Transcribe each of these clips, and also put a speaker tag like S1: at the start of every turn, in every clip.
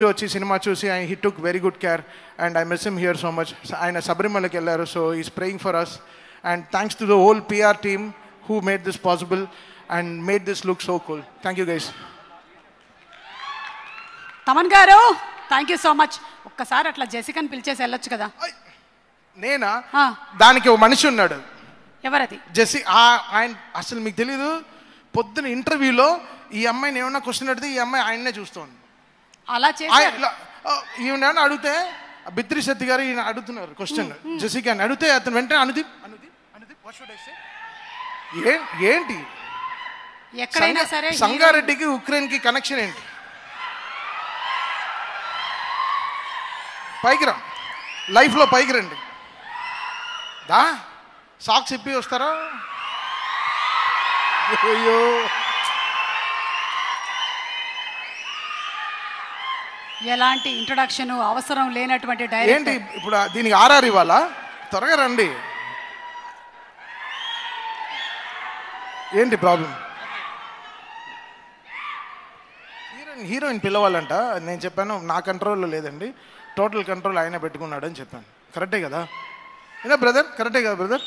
S1: Hero వచ్చి cinema చూసి ఆయన he took very good care and I miss him here so much ఆయన శబరిమలకి వెళ్ళారు so is praying for us and thanks to the whole PR team who made this possible and made this look so cool thank you guys
S2: Thaman గారు thank you so much ఒక్కసారి అట్లా జెసికని పిలిచేసి వెళ్ళొచ్చు కదా
S1: నేనా
S2: ఆ,
S1: దానికి ఒక మనిషి ఉన్నాడు
S2: ఎవరది
S1: జెస్సీ ఆ ఆయన అసలు మీకు తెలీదు పొద్దున ఇంటర్వ్యూలో ఈ అమ్మాయిని ఏమన్నా క్వశ్చన్ అడిగితే ఈ అమ్మాయి ఆయన్నే చూస్తోంది
S2: అలా
S1: ఆయన
S2: చేశారు
S1: ఇలా, "ఓ, uh, ఈవిడ ఏమన్నా అడిగితే బిత్రి శెట్టి గారు ఈయన అడుగుతున్నారు క్వశ్చన్
S2: Hmm,
S1: జెసికా అని అడిగితే అతను వెంటనే Anudeep Anudeep Anudeep what should I say? ఏ- ఏంటి
S2: ఎక్కడైనా
S1: సంగా-
S2: సరే హీరో-
S1: సంగారెడ్డికి ఉక్రెయిన్ కి కనెక్షన్ ఏంటి పైకి రా లైఫ్ లో పైకి రండి దా సాక్స్ ఇప్పి వస్తారా అయ్యో
S2: ఎలాంటి ఇంట్రడక్షన్ అవసరం లేనటువంటి
S1: ఏంటి
S2: డైరెక్టర్
S1: ఇప్పుడు ఆ- దీనికి ఆర్ఆర్ ఇవ్వాలా త్వరగా రండి ఏంటి ప్రాబ్లం హీరోయిన్ హీరోయిన్ పిలవాలంట నేను చెప్పాను నా కంట్రోల్లో లేదండి టోటల్ కంట్రోల్ ఆయన పెట్టుకున్నాడు అని చెప్పాను కరెక్టే కదా ఏనా బ్రదర్ కరెక్టే కదా brother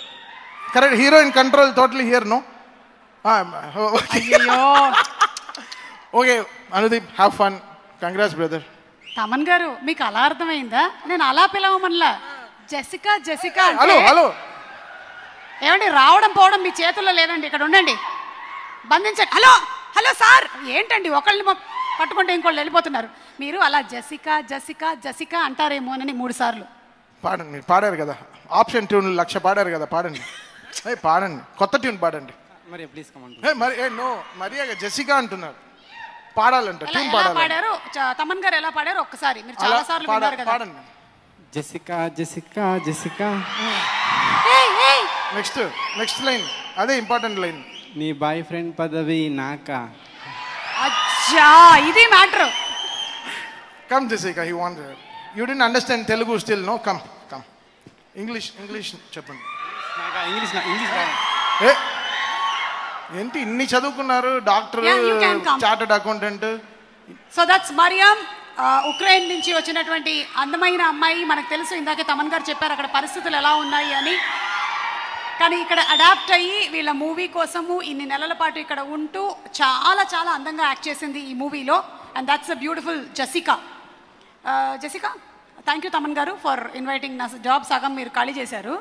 S1: correct heroine control total here no
S2: అయ్యో
S1: okay Anudeep have fun congrats brother
S2: Thaman గారు మీకు అలా అర్థమైందా నేను అలా పిలవమనలా జెసికా జెసికా
S1: హలో
S2: అంటే
S1: హలో
S2: ఏమండి రావడం పోవడం మీ చేతుల్లో లేదండి ఇక్కడ ఉండండి బంధించండి హలో హలో సార్ ఏంటండి ఒకళ్ళని మొ- పట్టుకుంటే ఇంకోళ్ళు వెళ్ళిపోతున్నారు మీరు అలా జెసికా జెసికా జెసికా అంటారేమోనని మూడు సార్లు
S1: పాడండి మీరు పాడారు కదా ఆప్షన్ ట్యూన్ లక్ష పాడారు కదా పాడండి ఏయ్ పాడండి కొత్త ట్యూన్ పాడండి
S3: మరి ప్లీజ్ కమాండ్
S1: ఏయ్ మరి ఏ నో మరియా జెసికా అంటున్నారు పాడాలంట
S2: ఎలా
S1: ట్యూన్
S2: ఎలా
S1: పాడాలి
S2: పాడారు చ- తమన్ గారు ఎలా పాడారు ఒక్కసారి మీరు
S1: అలా
S2: చాలా సార్లు
S1: పాడ-
S2: విన్నారు కదా
S1: పాడండి
S3: జెసికా జెసికా జెసికా
S2: ఏయ్, ఏయ్,
S1: నెక్స్ట్ నెక్స్ట్ లైన్ అదే ఇంపార్టెంట్ లైన్
S3: నీ బాయ్ ఫ్రెండ్ పదవి నాకా
S2: అచ్చా ఇది matter
S1: come Jessica you want you don't understand Telugu still no come come English English చెప్పండి
S3: ఇంగ్లీష్ ఇంగ్లీష్
S1: ఏ ఏంటి ఇన్ని చదువుకున్నారు doctor
S2: Yeah, you can come.
S1: Chartered accountant
S2: so that's Mariam ఆ, ఉక్రెయిన్ నుంచి వచ్చినటువంటి అందమైన అమ్మాయి మనకు తెలుసు ఇందాకే తమన్ గారు చెప్పారు అక్కడ పరిస్థితులు ఎలా ఉన్నాయి అని కానీ ఇక్కడ అడాప్ట్ అయ్యి వీళ్ళ మూవీ కోసము ఇన్ని నెలల పాటు ఇక్కడ ఉంటూ చాలా చాలా అందంగా యాక్ట్ చేసింది ఈ మూవీలో and that's a beautiful Jessica Jessica thank you Thaman గారు ఫర్ ఇన్వైటింగ్ నా జాబ్ సగం మీరు ఖాళీ చేశారు